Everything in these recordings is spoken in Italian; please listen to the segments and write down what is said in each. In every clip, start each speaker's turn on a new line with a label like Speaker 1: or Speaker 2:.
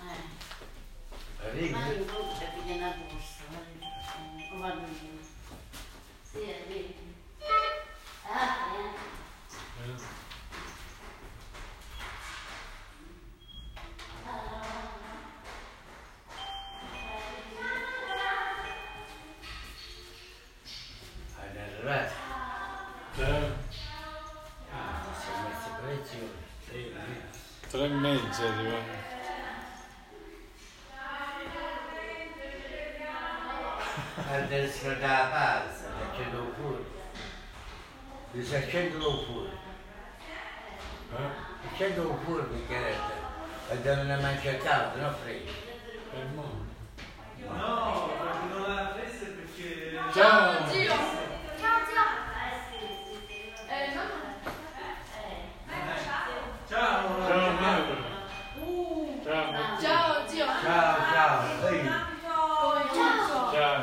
Speaker 1: É. Ma
Speaker 2: regole.
Speaker 1: io non capire una busta, ma vado io. Sì, è vero. é Ah, eh.
Speaker 2: Hai arrivato.
Speaker 3: Eh,
Speaker 2: Ah, siamo messi preziosi. Sì,
Speaker 3: tre e mezza arriviamo.
Speaker 2: Quando è scaldata la pasta, la accendono fuori. Mi si accendono fuori.
Speaker 3: Eh?
Speaker 2: Accendono fuori perché resta. Quando non è mangiato caldo, no freddo.
Speaker 3: E mo?
Speaker 4: No, quando non la festa è perché...
Speaker 3: Ciao!
Speaker 5: zio! Ciao zio! Eh, nonno.
Speaker 4: Ciao!
Speaker 3: Ciao Mauro! Ciao! Ma-
Speaker 5: Ciao zio!
Speaker 2: Ciao, ciao, ehi.
Speaker 5: Come ciao!
Speaker 3: Ciao!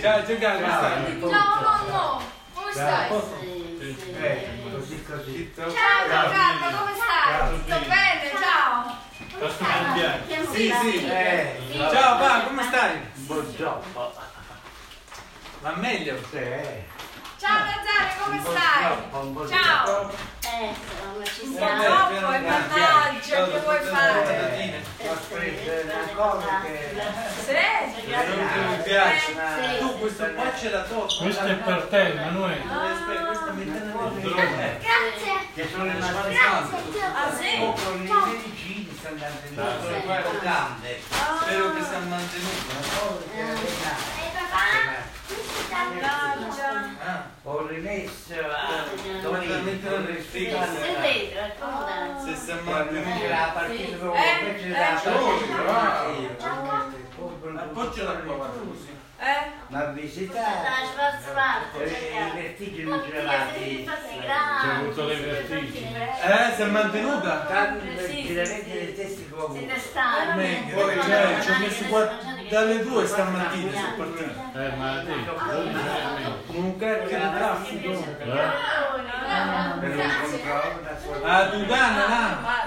Speaker 4: Ciao, Giancarlo, come
Speaker 2: Ciao,
Speaker 4: stai?
Speaker 5: Ciao nonno! Come stai?
Speaker 2: Ciao.
Speaker 1: Sì, sì, sì.
Speaker 2: Eh, così così.
Speaker 5: Ciao Giancarlo, come stai? Sto bene, ciao!
Speaker 3: Sta
Speaker 1: Ah,
Speaker 3: scambiando.
Speaker 1: Chiamo
Speaker 4: Sì,
Speaker 1: la
Speaker 4: sì,
Speaker 1: figlia.
Speaker 2: eh,
Speaker 1: Sì.
Speaker 4: Ciao, va, come stai?
Speaker 2: Buongiorno.
Speaker 4: Va meglio?
Speaker 2: Sì.
Speaker 5: Ciao Nazare, come stai?
Speaker 2: Un po' di
Speaker 5: Ciao!
Speaker 2: troppo.
Speaker 1: Eh, ma ci
Speaker 5: Un po'
Speaker 1: siamo.
Speaker 5: troppo e mannaggia, che vuoi fare?
Speaker 2: Eh, Ho preso una cosa che...
Speaker 5: Sì?
Speaker 4: Non mi
Speaker 5: Eh,
Speaker 4: piace.
Speaker 1: Sì.
Speaker 4: Tu, questo qua c'è la torta.
Speaker 3: Questo è per te, Emanuele.
Speaker 4: Aspetta,
Speaker 2: Ah,
Speaker 4: questo mi
Speaker 2: Una
Speaker 4: tende
Speaker 2: cosa
Speaker 4: a
Speaker 2: che-
Speaker 1: Grazie.
Speaker 2: Che sono le mani
Speaker 5: Ah sì?
Speaker 2: con i medicini stanno andando in giro. grande.
Speaker 4: Spero che sia mantenuto.
Speaker 5: Mannaggia!
Speaker 4: Ah,
Speaker 2: Ho rimesso a
Speaker 4: Veramente
Speaker 2: domenica
Speaker 4: non
Speaker 1: Sì,
Speaker 4: respiro.
Speaker 1: se vedo, è comodato.
Speaker 4: se si è
Speaker 2: quando
Speaker 4: mantenuto.
Speaker 2: c'è la partita dopo invece la
Speaker 4: Appoggiala qua, guarda così.
Speaker 5: Eh?
Speaker 2: ma
Speaker 1: Dai,
Speaker 2: visitare
Speaker 1: schwarz,
Speaker 2: i
Speaker 1: schwarz,
Speaker 2: vestiti non
Speaker 1: é?
Speaker 2: ce
Speaker 1: Tutti fatti grandi.
Speaker 3: avuto le vertigini.
Speaker 4: Eh, si è mantenuta.
Speaker 2: tanto ce l'avete le teste
Speaker 1: Se
Speaker 2: come
Speaker 1: ne sta.
Speaker 4: Meglio.
Speaker 1: Poi
Speaker 4: Cioè,
Speaker 1: quando
Speaker 4: ci ho messo qua dalle due stamattina sono partito.
Speaker 3: Eh, ma te,
Speaker 4: Con un cacchio di traffico.
Speaker 3: eh?
Speaker 2: per un controllo da
Speaker 4: A
Speaker 2: sua
Speaker 4: Dugana, là.
Speaker 5: Guarda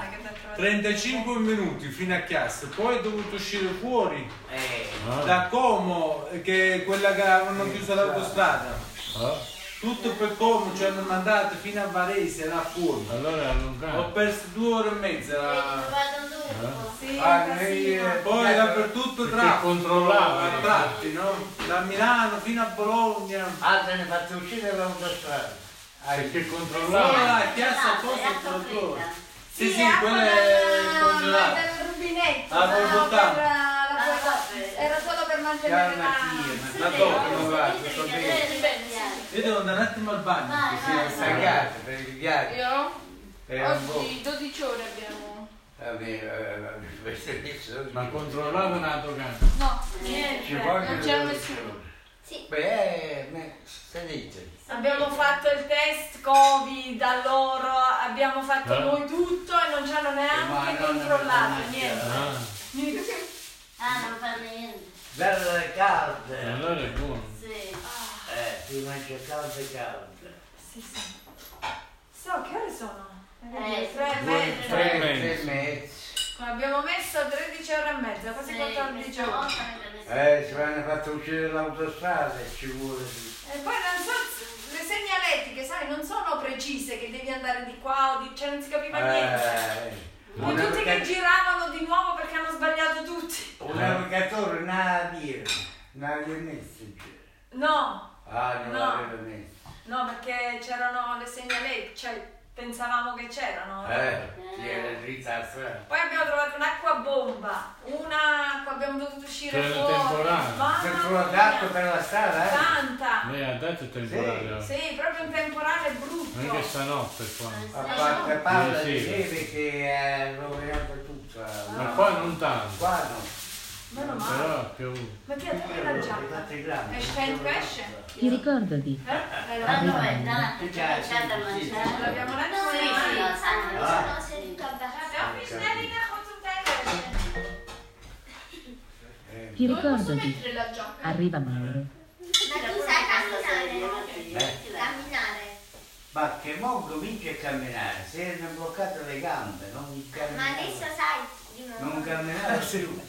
Speaker 5: che t'ha trovato.
Speaker 4: 35 minuti fino a Chiasso, poi è dovuto uscire fuori
Speaker 2: eh
Speaker 3: Ah,
Speaker 4: da Como, che è quella che avevano chiuso l'autostrada.
Speaker 3: ah.
Speaker 4: Tutto per Como ci hanno mandato fino a Varese, là fuori.
Speaker 3: Allora
Speaker 4: Ho
Speaker 3: allontano.
Speaker 4: perso due ore e mezza. la-
Speaker 5: Sì,
Speaker 2: Ah,
Speaker 5: sì.
Speaker 2: lei, eh,
Speaker 4: Poi dappertutto
Speaker 3: Perché
Speaker 4: traffico.
Speaker 3: controllava.
Speaker 4: A tratti, no? Da Milano fino a Bologna.
Speaker 2: altre ne faccio uscire dall'autostrada
Speaker 3: Perché
Speaker 4: Allora,
Speaker 3: controllava.
Speaker 4: la chiassa cosa controlla? Sì, sì,
Speaker 5: acqua
Speaker 4: quella
Speaker 5: dal-
Speaker 4: è congelata.
Speaker 5: dal rubinetto.
Speaker 4: Ah,
Speaker 5: no,
Speaker 4: bollata.
Speaker 5: per la- la-
Speaker 1: Ah, vabbè.
Speaker 5: Era solo per mantenere la...
Speaker 2: calmati ma
Speaker 4: La torta non va, sto bene. Io devo andare un attimo al bagno.
Speaker 1: Vai,
Speaker 2: si è
Speaker 1: vai,
Speaker 2: stancata per il viaggio
Speaker 5: Io?
Speaker 2: per Eh, un po' eh,
Speaker 5: Oggi 12 ore abbiamo...
Speaker 3: Ma
Speaker 2: Ma
Speaker 3: controllava una dogana.
Speaker 5: No,
Speaker 1: Niente.
Speaker 5: niente.
Speaker 2: ci vogliono
Speaker 5: Eh, Non c'era
Speaker 2: le
Speaker 5: nessuno.
Speaker 2: persone.
Speaker 1: Sì.
Speaker 2: Beh, eh, ma se dice.
Speaker 5: Abbiamo fatto il test Covid a loro, abbiamo fatto
Speaker 3: Eh.
Speaker 5: noi tutto e non ci hanno
Speaker 2: Ma
Speaker 5: neanche
Speaker 2: non-
Speaker 5: controllato,
Speaker 2: non-
Speaker 5: niente.
Speaker 3: Ah,
Speaker 1: Ah, non fa niente.
Speaker 2: Bella calda.
Speaker 3: allora è buono.
Speaker 1: Sì.
Speaker 2: Eh, si mangia calda calda.
Speaker 5: Sì, sì. So, che ore sono?
Speaker 1: Eh,
Speaker 5: tre e mezza.
Speaker 3: tre e
Speaker 2: Eh, Tre
Speaker 3: mezzo.
Speaker 2: e mezzo.
Speaker 5: Abbiamo messo 13 ore e mezza, quasi 14 ore.
Speaker 2: Eh, si vanno fatto uscire l'autostrada e ci vuole.
Speaker 5: E poi non so, se- le segnaletiche, sai, non sono precise che devi andare di qua o di... cioè non si capiva niente.
Speaker 2: Eh,
Speaker 5: Poi
Speaker 2: un
Speaker 5: tutti che
Speaker 2: naviga-
Speaker 5: giravano di nuovo perché hanno sbagliato tutti.
Speaker 2: un navigatore non aveva, non aveva messo. in giro.
Speaker 5: No,
Speaker 2: Ah, non
Speaker 5: No.
Speaker 2: l'aveva messo.
Speaker 5: no, perché c'erano le segnaletiche, cioè pensavamo che c'erano.
Speaker 2: Eh, si era dritta la strada.
Speaker 5: Poi abbiamo trovato un'acqua bomba, un'acqua, abbiamo dovuto uscire
Speaker 3: C'era
Speaker 5: fuori.
Speaker 3: temporale.
Speaker 5: Mamma
Speaker 2: Se tu
Speaker 5: mia,
Speaker 2: andato per la strada, eh?
Speaker 5: Ah, Tanta!
Speaker 3: Lei ha dato temporale. eh?
Speaker 5: Sì, proprio un temporale
Speaker 3: Non è che
Speaker 5: brutto.
Speaker 3: stanotte qua.
Speaker 2: A parte parla
Speaker 3: Sì,
Speaker 2: di
Speaker 3: sì.
Speaker 2: neve che è rovinato tutto. eh.
Speaker 3: Ma qua non tanto.
Speaker 2: Qua no.
Speaker 5: Meno male.
Speaker 3: Però ha piovuto.
Speaker 5: Mattia, dammi la giacca.
Speaker 2: grande.
Speaker 5: E scende, esce.
Speaker 6: Ti ricordati,
Speaker 5: Eh? L'hai
Speaker 3: Ah,
Speaker 1: Ma
Speaker 5: lavata?
Speaker 1: no, è tanto, ci ha lasciato a mangiare.
Speaker 5: L'abbiamo letto
Speaker 1: Sì, sì, lo sanno, lo sanno, sì.
Speaker 5: Abbiamo visto la linea con tutte le leggi.
Speaker 2: Eh,
Speaker 6: ti
Speaker 5: Dove posso
Speaker 6: ricordati.
Speaker 5: mettere la giacca?
Speaker 6: Arriva Mauro.
Speaker 7: Ma tu sai camminare? Camminare.
Speaker 2: ma che mo comincia a camminare, si erano bloccate le gambe, non
Speaker 7: Ma
Speaker 2: camminava,
Speaker 7: adesso sai di
Speaker 2: non
Speaker 7: mamma.
Speaker 2: camminava più,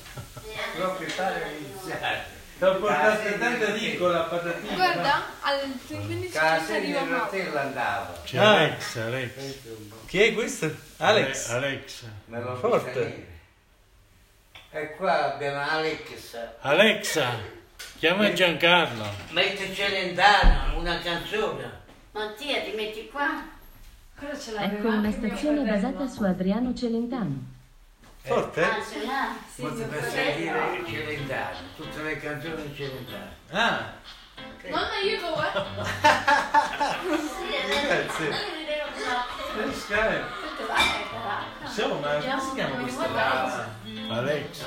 Speaker 2: proprio paralizzato.
Speaker 4: L'ho portata
Speaker 2: Ah,
Speaker 4: in tanta
Speaker 2: sì,
Speaker 4: piccola patatina.
Speaker 8: Guarda, al 15
Speaker 2: Casini
Speaker 8: arriva
Speaker 2: Rotello
Speaker 8: Mauro.
Speaker 2: andava.
Speaker 3: C'è Alex, Alex.
Speaker 2: Questo è un po'.
Speaker 4: Chi è questo? Alex.
Speaker 3: Ale- Alex.
Speaker 2: Me lo
Speaker 4: Forte.
Speaker 2: fa venire. E qua abbiamo Alex.
Speaker 3: Alexa, chiama Giancarlo.
Speaker 9: Mette Celentano, una canzone.
Speaker 1: Mattia, ti metti qua?
Speaker 5: Quello ce
Speaker 6: Ecco una stazione basata su Adriano Celentano.
Speaker 4: Forte?
Speaker 1: Ah, ce l'ha?
Speaker 5: Sì,
Speaker 2: Potrebbe
Speaker 5: mio
Speaker 2: sentire Celentano, tutte le canzoni Celentano.
Speaker 4: Ah,
Speaker 5: Nonna, io devo, eh?
Speaker 4: eh, Skype.
Speaker 5: Ah,
Speaker 4: Insomma, come si chiama questa ragazza?
Speaker 3: Alex.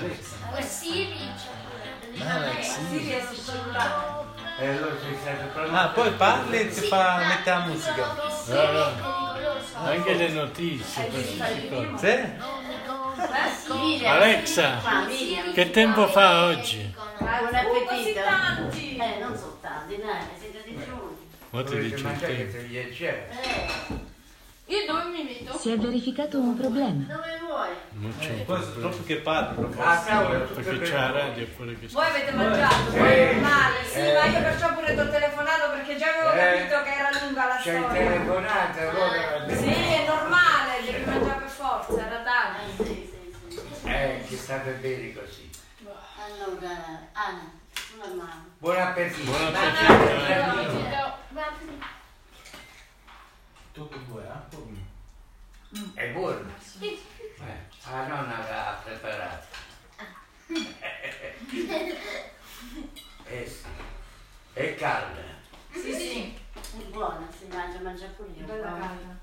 Speaker 7: O Siri c'è pure.
Speaker 4: Alex.
Speaker 5: Sì, riesco sul cellulare.
Speaker 2: E allora sei stato pronto.
Speaker 4: Ah, poi parli e
Speaker 7: Sì,
Speaker 4: ti fa
Speaker 7: ma
Speaker 4: metà
Speaker 7: dicono
Speaker 4: musica.
Speaker 7: che Siri
Speaker 3: Ah.
Speaker 7: è pericolosa.
Speaker 3: Anche le notizie.
Speaker 5: Hai visto
Speaker 3: queste
Speaker 5: il
Speaker 3: cose.
Speaker 5: primo?
Speaker 4: Sì?
Speaker 3: Alexa,
Speaker 1: Famiglia.
Speaker 3: Che tempo fa
Speaker 7: Siri
Speaker 3: oggi?
Speaker 7: dicono.
Speaker 1: Buon
Speaker 5: Uh, così
Speaker 1: appetito.
Speaker 5: tanti!
Speaker 1: Eh, non sono tanti, dai, ne siete di più.
Speaker 3: Ma ti
Speaker 2: Dovete
Speaker 3: dice il
Speaker 2: mangiare
Speaker 3: tempo.
Speaker 2: che gli è certo.
Speaker 1: Eh,
Speaker 8: Io dove mi vedo?
Speaker 6: Si è verificato un problema.
Speaker 1: dove vuoi?
Speaker 3: Non c'è un
Speaker 4: Poi sono
Speaker 3: problema.
Speaker 4: troppo che parli.
Speaker 2: Ah, cavolo, tutte
Speaker 3: Perché c'è la
Speaker 2: per-
Speaker 3: radio pure che
Speaker 5: Voi
Speaker 3: sta.
Speaker 5: avete mangiato, voi male, sì, ma io perciò pure ti ho telefonato perché già avevo
Speaker 2: Eh.
Speaker 5: capito che era lunga la
Speaker 2: C'è il
Speaker 5: storia.
Speaker 2: telefonato, allora va
Speaker 5: Sì,
Speaker 2: bene.
Speaker 5: è normale, devi mangiare per forza, era Dani.
Speaker 1: Eh, sì, sì, sì.
Speaker 2: Eh, che state bene così.
Speaker 1: Allora, Anna, una mano.
Speaker 2: Buon appetito.
Speaker 3: Buon
Speaker 2: Dai,
Speaker 3: appetito,
Speaker 2: dai, dai.
Speaker 4: Tutto due, eh?
Speaker 2: È buono. Eh, la nonna l'ha preparato. Eh sì. È calda.
Speaker 5: Sì, sì,
Speaker 1: È buona, si mangia, mangia pure io.
Speaker 5: bella calda.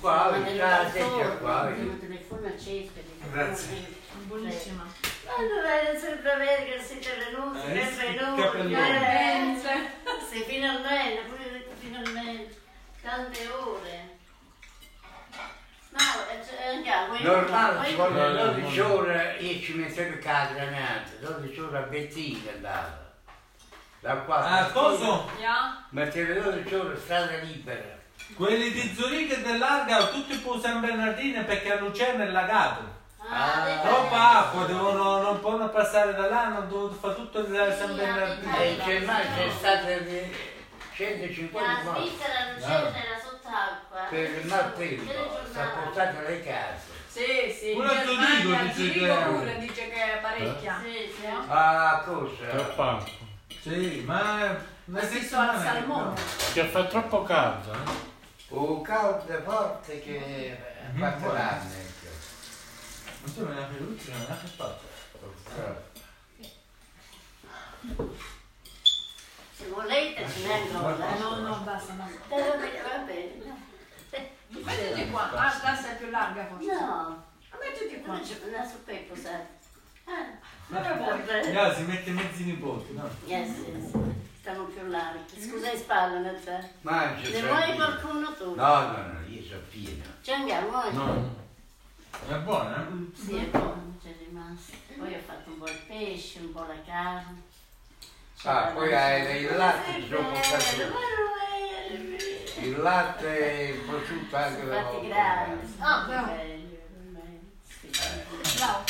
Speaker 2: Qua,
Speaker 1: Quando
Speaker 2: c'è
Speaker 1: ero
Speaker 2: la
Speaker 1: da
Speaker 2: secchia
Speaker 1: sola,
Speaker 2: qua, vedi.
Speaker 1: Abbiamo il telefono acceso.
Speaker 2: Grazie.
Speaker 8: Buonissima.
Speaker 1: Allora, era sempre bene che siete venuti,
Speaker 4: Eh, sì,
Speaker 1: sempre noi.
Speaker 4: capelluto.
Speaker 1: eh.
Speaker 5: Pensa.
Speaker 1: Sì, finalmente, pure io ho detto finalmente. Tante ore. No, eh, cioè, andiamo. eh,
Speaker 2: Normale,
Speaker 1: poi-
Speaker 2: ci vogliono
Speaker 3: No, no,
Speaker 2: 12 ore, io ci mettevo il granata, 12 ore a Bettina andavo. Da qua.
Speaker 4: Ah, coso?
Speaker 5: Yeah.
Speaker 2: Mettevo 12 ore strada libera.
Speaker 4: Quelli di Zurigo e dell'Arga, tutti per San Bernardino perché a Lucerna è lagato.
Speaker 1: Ah,
Speaker 2: Eh.
Speaker 1: dai,
Speaker 4: Troppa acqua, devono, non possono passare da là, hanno dovuto fare tutto il San
Speaker 2: E
Speaker 4: Bernardino.
Speaker 2: Eh, c'è mai c'è stata di
Speaker 1: La
Speaker 2: 150 morti
Speaker 1: Svizzera non c'era, era sott'acqua.
Speaker 2: per il maltempo, si è
Speaker 1: Telegiornale.
Speaker 2: portato le case.
Speaker 5: Sì, sì.
Speaker 4: Pure a Zurigo
Speaker 5: Germania,
Speaker 4: dice
Speaker 5: Zurigo
Speaker 4: che-
Speaker 5: pure dice che è parecchia.
Speaker 1: Sì, sì.
Speaker 2: Ah, cosa?
Speaker 3: Troppa acqua.
Speaker 4: Sì, ma...
Speaker 5: Ho visto al salmone.
Speaker 3: Che fa troppo caldo. eh?
Speaker 2: Un caldo forte che ha fatto l'anno.
Speaker 4: Ma tu non hai peluccia, non hai fatto.
Speaker 2: ecco.
Speaker 1: Se volete ce n'è ancora. eh.
Speaker 5: No, no, basta, basta.
Speaker 1: Eh, Va bene, va bene.
Speaker 5: Mettiti qua. Ah, questa è più larga forse.
Speaker 1: No,
Speaker 5: Mettiti qua.
Speaker 1: non c'è una suppeco, sai. Ah,
Speaker 5: Dove vuoi?
Speaker 1: vabbè.
Speaker 4: Allora si mette mezzi nipoti, no?
Speaker 1: Yes, yes. Stiamo più larghi. Scusa in spalla, Natà.
Speaker 2: Mangia.
Speaker 1: Ne vuoi
Speaker 2: tranquillo.
Speaker 1: qualcuno tu?
Speaker 2: Cioè, No, no, no, io sono pieno.
Speaker 1: Ci andiamo oggi?
Speaker 4: No. È buona, eh?
Speaker 1: Sì, è buono, c'è rimasto. Poi ho fatto un po' il pesce, un po' la carne.
Speaker 2: Ah, poi hai il latte,
Speaker 1: Sì,
Speaker 2: ci sono
Speaker 1: bello,
Speaker 2: portato Eh,
Speaker 1: bello, bello.
Speaker 2: il latte e il prosciutto anche da
Speaker 1: Fatti grandi.
Speaker 5: Ah,
Speaker 1: Sì,
Speaker 5: bravo.
Speaker 1: belli, belli. Sì.
Speaker 5: Bravo.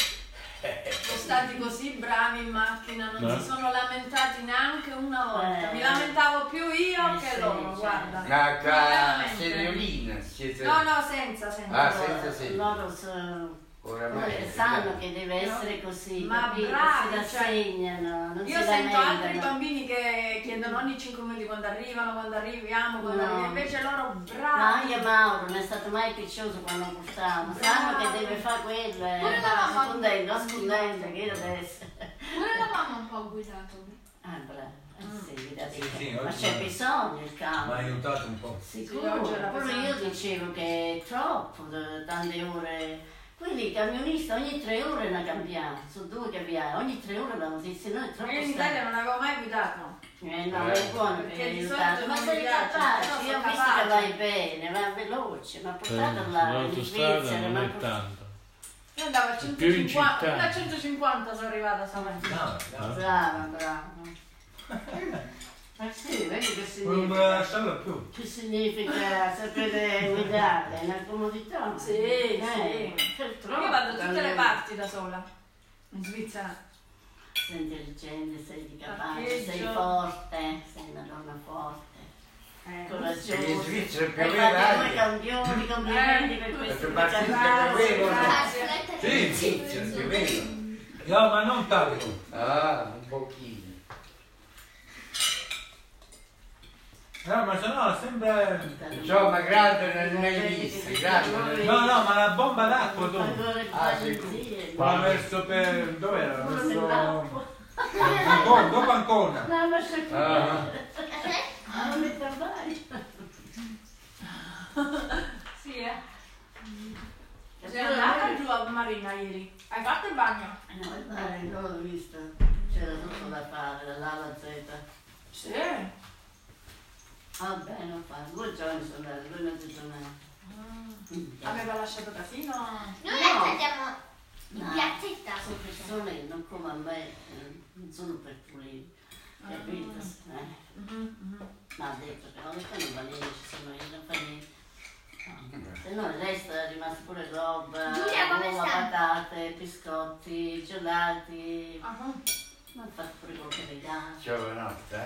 Speaker 5: Sono stati così bravi in macchina, non
Speaker 3: Eh?
Speaker 5: si sono lamentati neanche una volta.
Speaker 1: Eh.
Speaker 5: Mi lamentavo più io
Speaker 1: Eh
Speaker 5: che
Speaker 1: sì,
Speaker 5: loro,
Speaker 1: sì.
Speaker 5: guarda.
Speaker 2: La ca-
Speaker 5: Veramente.
Speaker 2: seriolina, siete...
Speaker 5: No, no, senza, senza.
Speaker 2: Ah, senza senso.
Speaker 1: Loro sono-
Speaker 2: Oramai...
Speaker 1: Loro sanno che deve essere così,
Speaker 5: Ma
Speaker 1: capito?
Speaker 5: bravi,
Speaker 1: si rassegnano, non
Speaker 5: Io
Speaker 1: si
Speaker 5: sento altri
Speaker 1: lamentano.
Speaker 5: bambini che chiedono ogni 5 minuti quando arrivano, quando arriviamo, quando
Speaker 1: No.
Speaker 5: arriviamo. Invece loro
Speaker 1: Ma
Speaker 5: bravi.
Speaker 1: anche Mauro non è stato mai piccioso quando lo portavamo, sanno
Speaker 5: Bravo.
Speaker 1: che deve fare quello, eh,
Speaker 8: Pure la mamma.
Speaker 1: nascondendo, nascondendo, che deve essere.
Speaker 8: Pure la mamma un po' ha guidato.
Speaker 1: Ah, bravo, eh, sì, da
Speaker 4: Sì,
Speaker 1: dire.
Speaker 4: sì,
Speaker 1: ma
Speaker 4: oggi
Speaker 1: c'è
Speaker 4: ma-
Speaker 1: bisogno il
Speaker 4: Ma
Speaker 1: campo.
Speaker 4: aiutato un po'.
Speaker 1: Sicuro,
Speaker 5: Sì, oggi era
Speaker 1: però io
Speaker 5: pesante.
Speaker 1: dicevo che è troppo, d- tante ore. Quindi il camionista ogni tre ore una cambiava, su due cambiava, ogni tre ore la si, se no è troppo
Speaker 5: Io in
Speaker 1: stanco.
Speaker 5: Italia non avevo mai guidato.
Speaker 1: Eh no, è buono
Speaker 5: Perché
Speaker 1: perché
Speaker 5: di
Speaker 1: è
Speaker 5: solito
Speaker 1: aiutato,
Speaker 5: non
Speaker 1: ma
Speaker 5: mi
Speaker 1: sei
Speaker 5: piace,
Speaker 1: capace,
Speaker 5: però
Speaker 1: io ho
Speaker 5: sono
Speaker 1: visto
Speaker 5: capace.
Speaker 1: che vai bene, va veloce, ma
Speaker 3: Eh,
Speaker 1: portatela là, in
Speaker 3: L'autostrada
Speaker 1: Svizzera,
Speaker 3: non
Speaker 1: ma
Speaker 3: è
Speaker 1: portatela.
Speaker 3: tanto. eh?
Speaker 5: Io andavo a
Speaker 3: Più in
Speaker 5: 150,
Speaker 3: città.
Speaker 5: fino a 150 sono arrivata stamattina.
Speaker 4: No, no.
Speaker 1: Brava, brava. Ma sì, vedi che
Speaker 4: Non me la
Speaker 1: significa,
Speaker 4: lasciava più.
Speaker 1: che significa sapere guidare, è una comodità. no?
Speaker 5: Sì,
Speaker 1: Eh,
Speaker 5: sì.
Speaker 1: purtroppo,
Speaker 5: Io vado da tutte le
Speaker 1: dalle-
Speaker 5: parti da sola. In Svizzera.
Speaker 1: Sei intelligente, sei capace,
Speaker 5: Parcheggio.
Speaker 1: sei forte, sei una donna forte,
Speaker 5: Eh.
Speaker 2: Per gli
Speaker 1: coraggiosa.
Speaker 2: svizzeri più
Speaker 1: Hai
Speaker 2: o
Speaker 1: fatto due
Speaker 2: meno
Speaker 1: campioni, complimenti
Speaker 5: Eh,
Speaker 1: per questo
Speaker 2: perché basta
Speaker 1: ricambio.
Speaker 2: che quello-
Speaker 7: Aspetta che
Speaker 2: Sì,
Speaker 7: non ci
Speaker 2: sì, sì, più o meno.
Speaker 4: No, ma non tanto.
Speaker 2: Ah, un pochino.
Speaker 4: No, Eh, ma sennò sembra...
Speaker 2: Insomma, grande non l'hai visto, grande. non l'hai
Speaker 4: No, no, ma la bomba d'acqua dove?
Speaker 2: Ah, sì.
Speaker 4: Ma
Speaker 1: Ma
Speaker 4: verso per... dove era?
Speaker 1: Quello
Speaker 4: Verso...
Speaker 1: dell'acqua.
Speaker 4: Ancona, dopo Ancona.
Speaker 1: No, ma se
Speaker 2: Ah.
Speaker 1: non mi trovai.
Speaker 5: Sì, eh. Sei andata
Speaker 1: eh.
Speaker 5: giù a Marina ieri. Hai fatto il bagno?
Speaker 1: Eh, No, dai, non l'ho vista. C'era tutto da fare, dall'A alla Z.
Speaker 5: Sì. Ah,
Speaker 1: Vabbè, Ah, non fa. Due giorni sono andate, due mezze giornate.
Speaker 5: Ah, Aveva lasciato casino.
Speaker 7: Noi andiamo in
Speaker 1: No.
Speaker 7: piazzetta.
Speaker 1: Sono persone che non come a me, eh, non sono per pulire, capito? Eh,
Speaker 5: Mhm,
Speaker 1: ma ha detto che non fanno valere, ci sono io, non fa niente. No.
Speaker 2: Eh.
Speaker 1: Se no il resto è rimasto pure roba,
Speaker 7: Giulia, come
Speaker 1: uova,
Speaker 7: sta?
Speaker 1: patate, biscotti, gelati,
Speaker 5: Ah,
Speaker 1: ma ha fatto pure quello che mi dà.
Speaker 2: Giovanotte,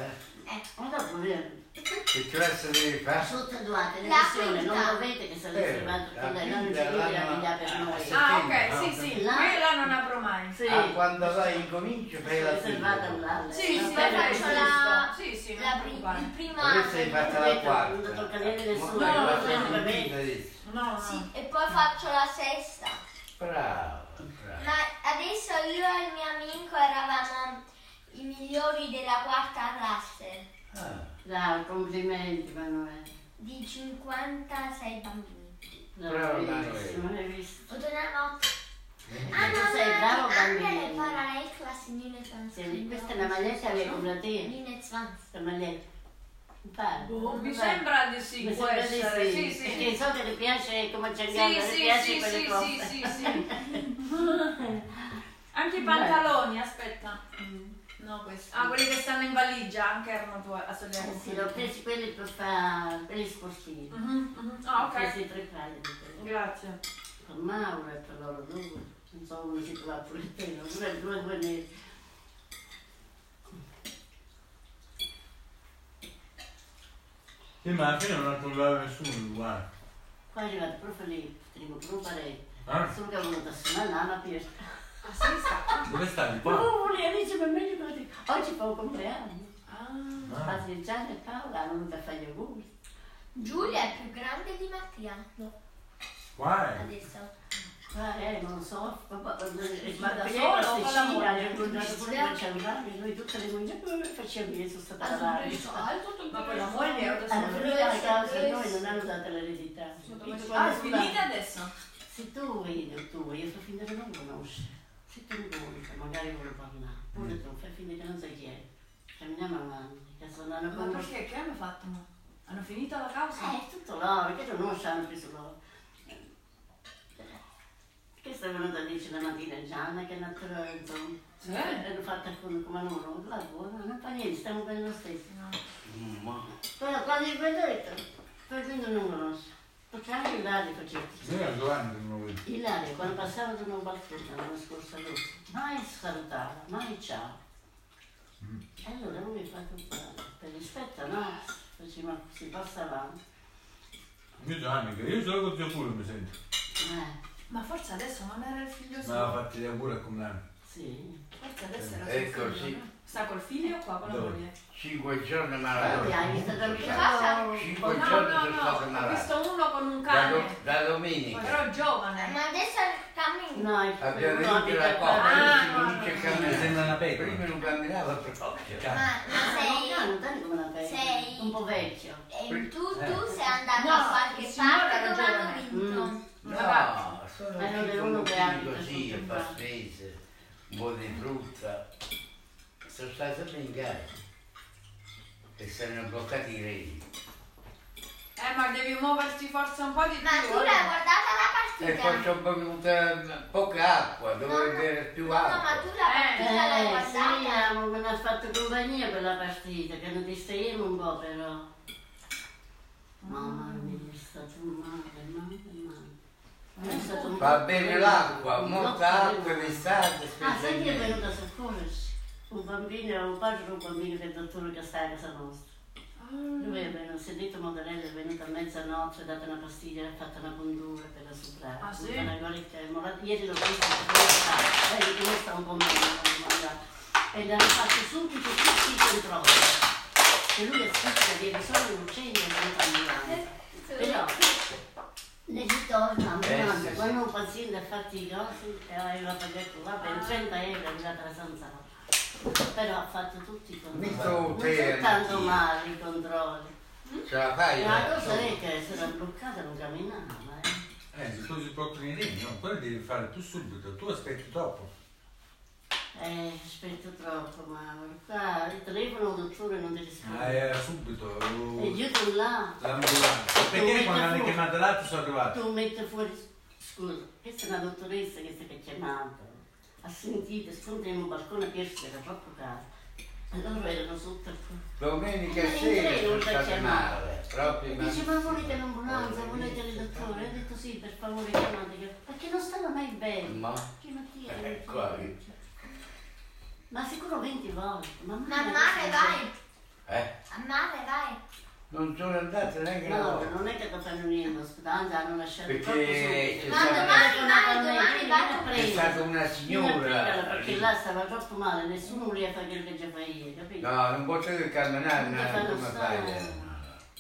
Speaker 2: eh?
Speaker 1: Ma dopo viene,
Speaker 2: Che classe devi fare?
Speaker 1: sotto due a
Speaker 7: La
Speaker 1: televisione, non
Speaker 7: quinta.
Speaker 1: dovete che sarete
Speaker 2: Eh,
Speaker 1: rimasto
Speaker 2: la
Speaker 1: con lei, non ci
Speaker 2: quinta
Speaker 1: viene
Speaker 2: l'hanno-
Speaker 1: la vita per noi.
Speaker 2: sì.
Speaker 5: Ah, ok, sì, sì. Quella non apro mai.
Speaker 1: Sì,
Speaker 2: Ah, quando vai in comincio fai la
Speaker 1: riservata
Speaker 2: sigla.
Speaker 1: là.
Speaker 5: Sì,
Speaker 7: sì,
Speaker 5: sì,
Speaker 7: poi
Speaker 5: dai,
Speaker 7: faccio
Speaker 5: sì,
Speaker 7: la-
Speaker 5: sta- Sì, sì,
Speaker 7: La
Speaker 5: non
Speaker 7: pri- il
Speaker 5: preoccupare.
Speaker 7: primo
Speaker 2: Adesso hai
Speaker 7: anno.
Speaker 2: fatto la quarta.
Speaker 1: Non tocca niente nessuno,
Speaker 2: Ma
Speaker 1: non
Speaker 2: la
Speaker 1: tocca
Speaker 2: prima
Speaker 1: niente
Speaker 2: quinta
Speaker 1: me.
Speaker 2: dici.
Speaker 5: No, no.
Speaker 7: Sì, e poi faccio la sesta.
Speaker 2: Brava, brava.
Speaker 7: Ma adesso io e il mio amico eravamo i migliori della quarta classe
Speaker 2: Ah,
Speaker 1: Dai, complimenti Manuele.
Speaker 7: di 56 bambini.
Speaker 2: Bravo,
Speaker 1: Bravissimo, hai visto?
Speaker 7: Torniamo. Ah,
Speaker 2: vedi?
Speaker 7: no,
Speaker 1: Tu sei bravo
Speaker 7: Anche le
Speaker 1: bambino.
Speaker 7: parallel classe in
Speaker 1: Sì, Questa è una maglietta che hai comprato io, questa maglietta. Mi pare.
Speaker 5: Boh, mi
Speaker 1: Mi
Speaker 5: sembra di sì,
Speaker 1: Mi
Speaker 5: può
Speaker 1: sembra di
Speaker 5: essere.
Speaker 1: sì,
Speaker 5: Sì,
Speaker 1: perché
Speaker 5: sì.
Speaker 1: so che ti piace come ci andiamo,
Speaker 5: Sì,
Speaker 1: ti
Speaker 5: sì,
Speaker 1: piace
Speaker 5: sì,
Speaker 1: quelle
Speaker 5: sì,
Speaker 1: cose.
Speaker 5: sì, sì, sì. Anche i pantaloni, aspetta. No, questi. Mm. Ah, quelli che stanno in valigia, anche erano tuoi, a
Speaker 1: Eh
Speaker 5: Sogliano.
Speaker 1: Sì, l'ho presi quelli per fare, quelli sportivi.
Speaker 5: Mhm, mhm.
Speaker 1: Ho
Speaker 5: Ah, ok.
Speaker 1: presi tre paia di quelli.
Speaker 5: Grazie.
Speaker 1: Per Mauro e per loro due. Non so come si trova pure te, no? Due, due, due neri.
Speaker 4: Sì, ma alla fine non ha trovato nessuno uguale.
Speaker 1: Poi è arrivato proprio lì, primo proprio parete.
Speaker 4: Ah.
Speaker 1: Solo che avevo da suonare l'anno aperta.
Speaker 5: Ah, sì, sta.
Speaker 4: Dove stavi qua?
Speaker 1: Oh, le amici per me così. Oggi fa un compleanno.
Speaker 5: Ah.
Speaker 4: Ah.
Speaker 1: Anzi, Gianni e Paola hanno venuto a fare gli auguri.
Speaker 7: Giulia è più grande di Mattia. No,
Speaker 4: Guai.
Speaker 7: adesso.
Speaker 1: Ah, eh, non lo so, papà, eh, ma da
Speaker 5: Perché
Speaker 1: solo
Speaker 5: con la
Speaker 1: Cecilia,
Speaker 5: moglie?
Speaker 1: abbiamo incontrato pure il cellulare, noi tutte le mogli eh, facciamo io sono stata
Speaker 5: Ah,
Speaker 1: alla radio.
Speaker 5: Ma poi la moglie o da
Speaker 1: Alla
Speaker 5: sola?
Speaker 1: fine la causa noi non hanno dato l'eredità. Dice,
Speaker 5: Ah,
Speaker 1: guarda,
Speaker 5: è finita
Speaker 1: sulla-
Speaker 5: adesso?
Speaker 1: Se tu vedi tu, io sto finendo che non conosci. Se tu mi conosci, magari vuole parlare.
Speaker 5: Mm.
Speaker 1: Pure tu, fai finta che non sai chi è. Camminiamo avanti, che sono andando
Speaker 5: Ma
Speaker 1: con
Speaker 5: perché? Che hanno fatto? mo? Hanno finito la causa?
Speaker 1: Eh, tutto loro, che non sanno preso loro. Questa è venuta a dirci la mattina Gianna che è natura, insomma.
Speaker 5: Sì.
Speaker 1: L'hanno Eh, fatta con come loro, lavoro, non fa niente, stiamo bene lo stesso.
Speaker 5: No.
Speaker 1: Però quando gli ho detto, poi quindi non conosco. Perché anche Ilaria facetti.
Speaker 4: Sì, a Giovanni non lo vedo.
Speaker 1: Ilaria quando passava da un balcone l'anno scorso luce, mai salutava, mai ciao.
Speaker 2: Mm.
Speaker 1: E allora lui mi fa tutto per rispetto a noi, faceva, si passa avanti.
Speaker 4: Io Giovanni, che io solo con zio culo mi sento.
Speaker 1: Eh,
Speaker 5: Ma forse adesso non era il figlio
Speaker 4: Ma l'ha
Speaker 5: suo.
Speaker 4: fatti gli auguri a compleanno.
Speaker 1: sì.
Speaker 5: Forse adesso era
Speaker 2: Ecco,
Speaker 5: suo
Speaker 2: sì.
Speaker 5: figlio. no? Sta col figlio o qua con la
Speaker 4: Dove?
Speaker 5: moglie?
Speaker 2: Cinque giorni
Speaker 1: Ti
Speaker 2: malato.
Speaker 1: hai visto
Speaker 2: Cinque
Speaker 5: No,
Speaker 2: giorni
Speaker 5: no,
Speaker 2: sono stato
Speaker 5: no, ho
Speaker 2: malato.
Speaker 5: visto uno con un
Speaker 2: Da,
Speaker 5: cane,
Speaker 2: do- da domenica.
Speaker 5: però giovane.
Speaker 7: Ma adesso cammino.
Speaker 1: No,
Speaker 2: Abbiamo
Speaker 1: no,
Speaker 2: vinto la
Speaker 1: qua.
Speaker 2: coppa,
Speaker 5: Ah,
Speaker 2: non si
Speaker 5: no,
Speaker 2: comincia
Speaker 5: no.
Speaker 2: a
Speaker 4: Mi sembra
Speaker 2: camminare.
Speaker 4: una pecora. Cioè,
Speaker 2: Prima non camminava proprio.
Speaker 7: Ma, ma
Speaker 1: Sei...
Speaker 7: sei.
Speaker 1: Non tanto come la pelle.
Speaker 7: Sei-
Speaker 1: Un po' vecchio.
Speaker 7: e tu, tu sei andato
Speaker 5: No,
Speaker 7: a qualche
Speaker 5: il signore
Speaker 7: parte
Speaker 5: era
Speaker 7: dove
Speaker 5: giovane.
Speaker 7: hanno vinto.
Speaker 1: Mm.
Speaker 2: No, sono
Speaker 1: Ma non è
Speaker 2: uscito
Speaker 1: Eh, uno
Speaker 2: un
Speaker 1: che
Speaker 2: po'
Speaker 1: abita
Speaker 2: così, a
Speaker 1: sul
Speaker 2: far
Speaker 1: campo.
Speaker 2: spese, un po' di frutta. Sono stato in gara e sono bloccati i reni.
Speaker 5: Eh, ma devi muoverti forse un po' di più.
Speaker 7: Ma tu l'hai
Speaker 5: eh.
Speaker 7: guardata la
Speaker 2: E poi
Speaker 7: partita.
Speaker 2: sono bevuta poca acqua, dovevo bere più
Speaker 7: No, no, ma
Speaker 2: acqua.
Speaker 7: tu la partita l'hai
Speaker 1: Eh, sì,
Speaker 7: guardata.
Speaker 1: ma me ne ha fatto compagnia per la partita, che ne distraievo un po'
Speaker 7: Ah.
Speaker 1: però. Mamma mia, è stato male, male, male. Non è stato un
Speaker 2: Va
Speaker 1: po'
Speaker 2: bene
Speaker 1: bello.
Speaker 2: l'acqua,
Speaker 1: Un
Speaker 2: molta
Speaker 1: po'
Speaker 2: acqua,
Speaker 1: bello.
Speaker 2: l'estate,
Speaker 1: Ah, sai chi è
Speaker 2: specialmente.
Speaker 1: venuto a soccorrerci? Un bambino, un padre di un bambino che è il dottore che sta a casa nostra.
Speaker 5: Ah.
Speaker 1: Lui è venuto, si è detto Modarello, è venuto a mezzanotte, ha dato una pastiglia, ha fatto una condura per la soprare.
Speaker 8: Ah, sì?
Speaker 1: Una golica, è morata- ieri l'ho visto, come sta? Eh, come sta un po' male, ma- ma- ma- E gli hanno fatto subito tutti i controlli. E lui è scritto che ieri solo l'uccello è venuto a Milano.
Speaker 8: Eh,
Speaker 1: Però, nel ritorno a Milano,
Speaker 2: Eh, sì, sì.
Speaker 1: quando un paziente ha fatto i cosi, e aveva pagato là
Speaker 8: Ah.
Speaker 1: per 30 euro, è arrivata la zanzara. Però ha fatto tutti i controlli.
Speaker 2: Mica un
Speaker 1: Non
Speaker 2: tè,
Speaker 1: soltanto
Speaker 2: sì.
Speaker 1: male i controlli.
Speaker 2: Ce la fai?
Speaker 1: Ma la
Speaker 2: eh?
Speaker 1: cosa è che se era bloccata non camminava, eh.
Speaker 10: Eh, se usi i proclinerini, no? Quello devi fare tu subito, tu aspetti dopo.
Speaker 1: Eh, aspetto troppo, ma qua il telefono il dottore non ti
Speaker 10: Ah,
Speaker 4: Eh,
Speaker 1: risponde.
Speaker 10: era subito.
Speaker 1: E
Speaker 10: uh,
Speaker 1: giù tu là,
Speaker 10: L'ambulanza.
Speaker 4: Perché quando hanno chiamato l'altro sono arrivato?
Speaker 1: tu metti fuori. Scusa, questa è una dottoressa che si è chiamata. Ha sentito, scontra in un balcone perso, era troppo caldo. E loro erano sotto al fuoco.
Speaker 2: Domenica
Speaker 1: Eh,
Speaker 2: sera
Speaker 1: credo
Speaker 2: sono
Speaker 1: che
Speaker 2: state
Speaker 1: c'è
Speaker 2: male, proprio
Speaker 1: E
Speaker 2: male.
Speaker 1: dice, ma volete l'ambulanza, volete il dottore? Ho detto sì, per favore chiamate. che- Perché non stanno mai bene.
Speaker 2: Ma
Speaker 1: Che mattina,
Speaker 2: Ecco,
Speaker 1: mattina.
Speaker 2: eh.
Speaker 1: Ma sicuro 20 volte.
Speaker 7: Ma a mare vai,
Speaker 2: eh,
Speaker 7: a mare vai.
Speaker 2: non sono andate neanche una
Speaker 1: No,
Speaker 2: volta.
Speaker 1: non è che ti fanno niente, ospedale hanno lasciato
Speaker 2: Perché
Speaker 1: troppo
Speaker 2: c'è
Speaker 1: subito.
Speaker 2: stata-
Speaker 1: Hanno
Speaker 7: Domani,
Speaker 1: telefonato a
Speaker 7: domani,
Speaker 1: me,
Speaker 7: domani
Speaker 1: vieni
Speaker 7: vado.
Speaker 1: a
Speaker 2: È
Speaker 1: prendere.
Speaker 2: stata
Speaker 1: Vieni
Speaker 2: una
Speaker 1: a prenderla,
Speaker 2: signora.
Speaker 1: perché là stava troppo male, nessuno voleva fare quello che già fai io, capito?
Speaker 2: No, non potevo camminare,
Speaker 1: Non te
Speaker 2: no,
Speaker 1: fanno
Speaker 2: come
Speaker 1: stare.
Speaker 2: fai?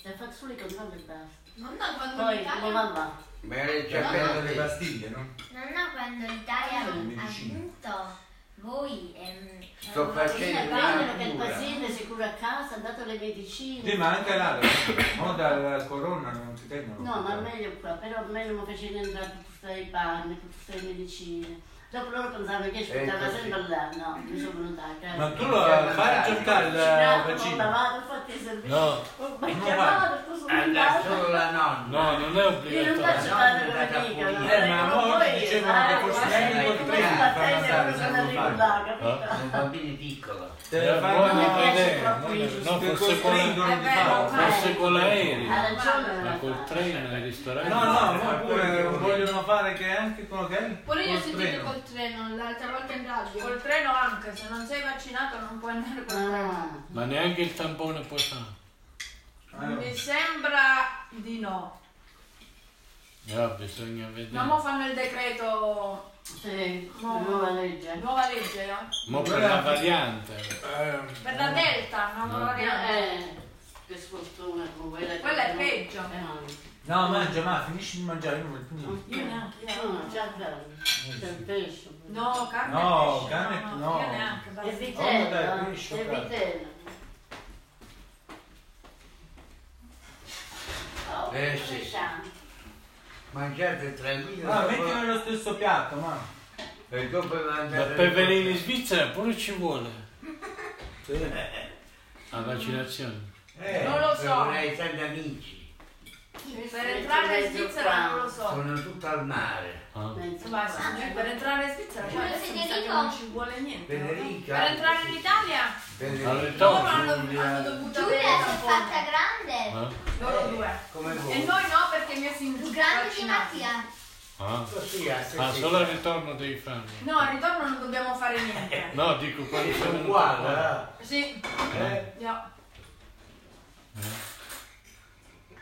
Speaker 1: Ti ha fatto solo i controlli e basta.
Speaker 8: Nonna quando in
Speaker 1: Poi come
Speaker 8: Italia...
Speaker 1: va là?
Speaker 2: Mi ero già
Speaker 10: Prendo le
Speaker 2: appena
Speaker 10: pastiglie, no?
Speaker 7: Nonna, quando l'Italia ha
Speaker 10: Medicina.
Speaker 7: vinto, voi... ehm,
Speaker 2: Sto
Speaker 1: Bisogna
Speaker 2: facendo
Speaker 1: prendere che
Speaker 2: una
Speaker 1: il
Speaker 2: cura.
Speaker 1: paziente si cura a casa, ha dato le medicine.
Speaker 10: Sì, ma anche l'altro. No, dal corona non ti tengono.
Speaker 1: No, ma meglio qua, però almeno mi facevano entrare con tutte le panne, con tutte le medicine. Dopo loro pensavano
Speaker 2: Eh,
Speaker 1: che aspettava
Speaker 2: così.
Speaker 1: sempre là, no, mi sono venuta a casa.
Speaker 4: Ma tu lo fai cercare la
Speaker 1: Bravo, ho
Speaker 4: vaccina.
Speaker 1: lavato, ho fatto i servizi.
Speaker 3: No.
Speaker 1: Ho macchiato,
Speaker 4: guarda.
Speaker 1: ho sono
Speaker 2: Andà
Speaker 1: andato.
Speaker 2: solo la nonna.
Speaker 3: No, non è
Speaker 1: Io non faccio
Speaker 3: obbligatorio.
Speaker 1: fare
Speaker 2: Andata
Speaker 1: come dicono.
Speaker 2: pulita.
Speaker 4: Eh, ma
Speaker 1: dicono
Speaker 4: oggi
Speaker 1: voi,
Speaker 4: dicevano che
Speaker 1: eh,
Speaker 4: forse
Speaker 1: guarda,
Speaker 4: erano
Speaker 1: come
Speaker 4: contenti,
Speaker 1: sta attenti, non
Speaker 4: fanno
Speaker 1: sono
Speaker 4: stare,
Speaker 1: arrivato
Speaker 4: sanno
Speaker 1: là, capito?
Speaker 2: Un bambino piccolo.
Speaker 4: Te
Speaker 3: Era
Speaker 4: la
Speaker 3: buona
Speaker 1: Non mi
Speaker 4: fanno...
Speaker 1: piace
Speaker 3: idea,
Speaker 1: troppo
Speaker 3: non
Speaker 1: il-
Speaker 3: è- no,
Speaker 4: Te
Speaker 3: forse con,
Speaker 4: costringono
Speaker 5: Eh
Speaker 4: di
Speaker 5: beh,
Speaker 4: farlo.
Speaker 5: ormai-
Speaker 3: forse con
Speaker 1: Ha
Speaker 3: l'aereo,
Speaker 1: ragione
Speaker 3: ma
Speaker 1: la
Speaker 3: col
Speaker 1: fa.
Speaker 3: treno nei ristoranti.
Speaker 4: No, no, ma pure vogliono fare che anche quello che è
Speaker 8: Pure io ho
Speaker 4: col
Speaker 8: sentito
Speaker 4: treno.
Speaker 8: col treno, l'altra volta in
Speaker 5: Col
Speaker 8: radio.
Speaker 5: treno anche, se non sei vaccinato non puoi andare col treno.
Speaker 1: Ah,
Speaker 3: Ma neanche il tampone puoi fare.
Speaker 10: Eh,
Speaker 5: Mi sembra di no.
Speaker 3: No, Eh, bisogna vedere.
Speaker 5: Ma mo fanno il decreto,
Speaker 1: sì,
Speaker 5: No.
Speaker 1: la nuova legge.
Speaker 5: nuova legge, no?
Speaker 3: Ma per la variante.
Speaker 4: Eh, Ehm.
Speaker 5: Per la Delta, una nuova variante.
Speaker 1: Eh, che sfortuna con quella che-
Speaker 5: Quella è peggio.
Speaker 1: Eh, no.
Speaker 4: No, mangia, ma finisci di mangiare, io non voglio più niente.
Speaker 1: Eh.
Speaker 5: Io neanche, io
Speaker 1: No, no,
Speaker 5: neanche.
Speaker 1: già bello. C'è il pesce.
Speaker 5: No, carne
Speaker 4: No,
Speaker 5: e pesce,
Speaker 4: carne- no.
Speaker 5: Io neanche,
Speaker 1: E
Speaker 5: basta.
Speaker 4: Oh, dai,
Speaker 1: vitello, eh,
Speaker 4: pesce,
Speaker 1: e
Speaker 4: dai.
Speaker 1: vitello. Oh,
Speaker 2: Eh, sì,
Speaker 1: che
Speaker 2: sì.
Speaker 1: tanto.
Speaker 2: Mangiate tranquillo.
Speaker 4: No,
Speaker 2: dopo-
Speaker 4: mettilo nello stesso piatto, ma.
Speaker 2: E dopo
Speaker 3: Ma
Speaker 2: andate...
Speaker 3: per venire
Speaker 2: Eh,
Speaker 3: in Svizzera pure ci vuole
Speaker 4: Sì.
Speaker 3: la vaccinazione.
Speaker 2: Eh,
Speaker 5: Non lo so.
Speaker 2: Avrei tanti amici.
Speaker 5: Per entrare in Svizzera non lo so.
Speaker 2: Sono tutto al mare.
Speaker 3: Ah.
Speaker 1: Mezzo
Speaker 5: Ma
Speaker 1: qua.
Speaker 5: scusi, per entrare in Svizzera
Speaker 7: Quello
Speaker 5: cioè, mi sa che
Speaker 7: Federico.
Speaker 5: non ci vuole niente. no?
Speaker 2: Federica.
Speaker 5: Per entrare in Italia
Speaker 3: Ma
Speaker 2: Federica.
Speaker 3: le
Speaker 5: loro
Speaker 3: togli?
Speaker 5: hanno, hanno dovuto
Speaker 7: Giulia
Speaker 5: avere
Speaker 7: si
Speaker 5: il
Speaker 7: è fatta
Speaker 5: tampone.
Speaker 7: grande,
Speaker 3: Ah.
Speaker 5: Loro due.
Speaker 2: Come voi.
Speaker 5: E noi no perché mia
Speaker 7: più
Speaker 5: sinistra è
Speaker 7: grande di
Speaker 5: vaccinata.
Speaker 7: Mattia.
Speaker 3: Ah.
Speaker 2: Così, a
Speaker 3: Ma
Speaker 2: se
Speaker 3: solo al ritorno devi farlo.
Speaker 5: No, al ritorno non dobbiamo fare niente.
Speaker 3: No, dico quando sei
Speaker 2: Sono
Speaker 3: venuto qua.
Speaker 2: uguale.
Speaker 5: Sì,
Speaker 2: eh.
Speaker 5: no.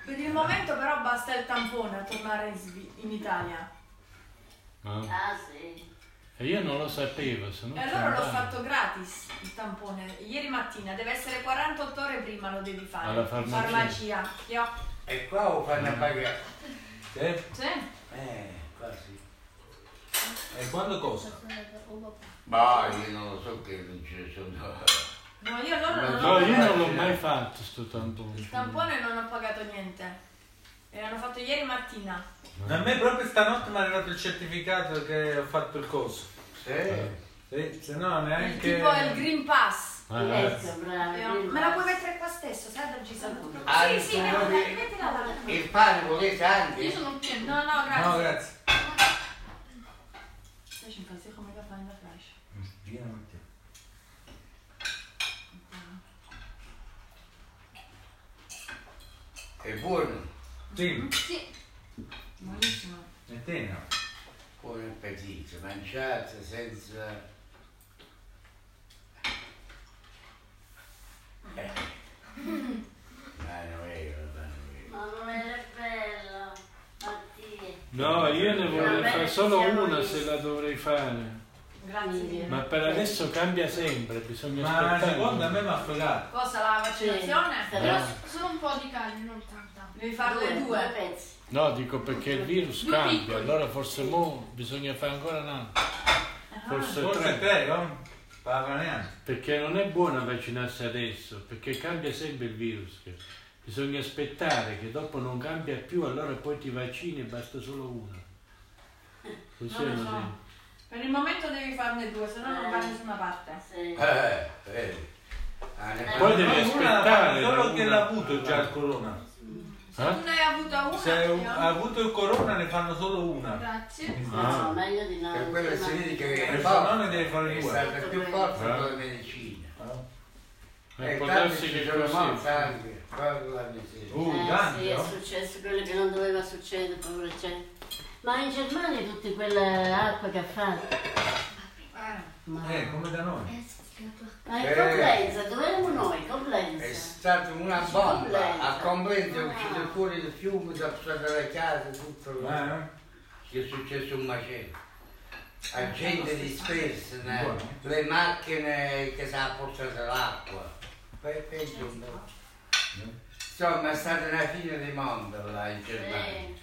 Speaker 5: Per il momento però basta il tampone a tornare in, Svi- in Italia.
Speaker 3: Ah.
Speaker 1: Ah, sì.
Speaker 3: E io non lo sapevo, se no
Speaker 5: E allora l'ho fatto gratis il tampone. Ieri mattina, deve essere 48 ore prima lo devi fare.
Speaker 3: Alla farmacia.
Speaker 5: farmacia. Io.
Speaker 2: E qua o fanno pagare?
Speaker 4: Sì.
Speaker 5: Sì.
Speaker 2: Eh, quasi.
Speaker 4: E quando costa?
Speaker 2: Ma io non lo so che non ce ne sono.
Speaker 5: No, io allora non
Speaker 3: No,
Speaker 5: ho
Speaker 3: io
Speaker 5: pagato.
Speaker 3: non l'ho mai fatto sto tampone.
Speaker 5: Il tampone non ho pagato niente. E l'hanno fatto ieri mattina.
Speaker 4: A me proprio stanotte mi è arrivato il certificato che ho fatto il corso.
Speaker 2: Sì.
Speaker 4: Sì, se no
Speaker 5: Il
Speaker 4: neanche.
Speaker 5: tipo è il Green Pass.
Speaker 3: Ah,
Speaker 1: Ecco, bravo.
Speaker 5: Eh, Me la puoi mettere qua stesso, sai dal Gisano?
Speaker 2: Ah,
Speaker 5: Sì, sì,
Speaker 2: no,
Speaker 5: mettila,
Speaker 2: no,
Speaker 5: mettila là.
Speaker 2: Il pane volete
Speaker 8: Io
Speaker 2: anche?
Speaker 8: sono piena.
Speaker 5: No, no, grazie.
Speaker 4: No, grazie.
Speaker 8: No,
Speaker 10: Sì,
Speaker 8: Sì. Buonissimo.
Speaker 10: e te no.
Speaker 2: Buon appetito, mangiate senza... Eh. Manuela, Manuela.
Speaker 1: Ma non è bello, Mattia.
Speaker 3: No, io ne vorrei
Speaker 1: Vabbè,
Speaker 3: fare solo
Speaker 1: siamo
Speaker 3: una
Speaker 1: lì.
Speaker 3: se la dovrei fare.
Speaker 5: Grazie Dio.
Speaker 3: Ma per adesso cambia sempre, bisogna
Speaker 4: Ma la
Speaker 3: aspettare.
Speaker 4: seconda a me mi ha fregato.
Speaker 5: Cosa la vaccinazione?
Speaker 1: Sì.
Speaker 8: Però
Speaker 3: No.
Speaker 8: s- solo un po' di carne, non tanta.
Speaker 5: Devi farle
Speaker 1: due
Speaker 5: due.
Speaker 1: pezzi.
Speaker 3: No, dico perché il virus
Speaker 8: Due
Speaker 3: cambia,
Speaker 8: piccoli.
Speaker 3: allora forse mo bisogna fare ancora un altro.
Speaker 5: Ah.
Speaker 3: Forse,
Speaker 4: Forse
Speaker 3: Cioè, tre.
Speaker 4: te, no? Parla neanche.
Speaker 3: Perché non è buono vaccinarsi adesso, perché cambia sempre il virus. che- Bisogna aspettare che dopo non cambia più, allora poi ti vaccini e basta solo una. Funziona
Speaker 5: Non lo so.
Speaker 3: così.
Speaker 5: Per il momento devi farne due, se no non va da nessuna parte.
Speaker 1: Sì.
Speaker 2: Eh, vedi. Ah, ne
Speaker 1: Poi
Speaker 3: devi
Speaker 4: Ma una-
Speaker 3: aspettare
Speaker 4: Solo
Speaker 3: da
Speaker 4: che
Speaker 3: una-
Speaker 4: l'ha avuto già il corona.
Speaker 8: Se tu ne hai avuta una,
Speaker 4: Se ah.
Speaker 8: io-
Speaker 4: ha avuto il corona ne fanno solo una.
Speaker 8: Grazie.
Speaker 1: No,
Speaker 3: Ah,
Speaker 1: meglio di no. Eh,
Speaker 2: Per quello si vede che
Speaker 4: Il
Speaker 2: è
Speaker 4: corona ne
Speaker 2: forte,
Speaker 4: deve fare
Speaker 2: è
Speaker 4: due. Eh.
Speaker 2: stata più forte la medicina.
Speaker 3: eh,
Speaker 2: E
Speaker 3: può
Speaker 2: tanti
Speaker 3: darsi
Speaker 2: ci
Speaker 3: che
Speaker 2: sono morti
Speaker 3: così.
Speaker 2: anche, parla di sì.
Speaker 4: Uh,
Speaker 1: eh,
Speaker 4: tanti,
Speaker 1: sì, è
Speaker 4: no?
Speaker 1: successo quello che non doveva succedere, povero c'è. Ma in Germania tutte quelle acque che ha fatto. Ma...
Speaker 4: Eh, come da noi.
Speaker 1: Ma in
Speaker 2: Eh.
Speaker 1: Coblenza, dove eravamo noi? Coblenza.
Speaker 2: È stata una bomba,
Speaker 1: Consulenza.
Speaker 2: a Combrenza è uscito fuori il fiume, da dalle case, tutto
Speaker 3: Ah,
Speaker 2: là.
Speaker 4: Eh?
Speaker 2: Che è successo un macello. La gente dispersa, ne- le macchine che si apportano l'acqua. Poi penso un po'. Insomma è stata una fine di mondo là in Germania.
Speaker 1: Sì,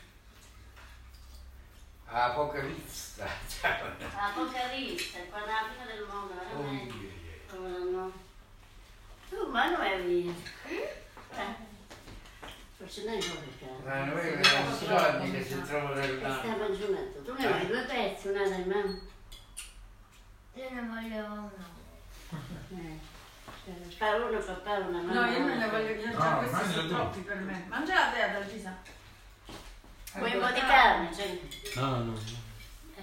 Speaker 2: Apocalista.
Speaker 1: Ah.
Speaker 2: cioè,
Speaker 1: Apocalisse, qua la fine del mondo,
Speaker 2: oh,
Speaker 1: veramente.
Speaker 2: Dio.
Speaker 1: Come no? Tu, ma non è via. Eh. Forse noi non peccato.
Speaker 2: Ma noi abbiamo soldi che si trovano nel
Speaker 1: E sta
Speaker 2: mare.
Speaker 1: mangiando. Tu ne vuoi due pezzi, una dai mamma.
Speaker 7: Io ne voglio uno.
Speaker 1: Eh. Eh, Fa uno, papà, una mamma.
Speaker 5: No, io non ne voglio io già
Speaker 4: No,
Speaker 5: questi
Speaker 4: mangia
Speaker 5: sono
Speaker 4: tu.
Speaker 5: troppi per me. Mangia la te, Dalgisa.
Speaker 1: Vuoi un po' di carne, cioè,
Speaker 3: No, no, no.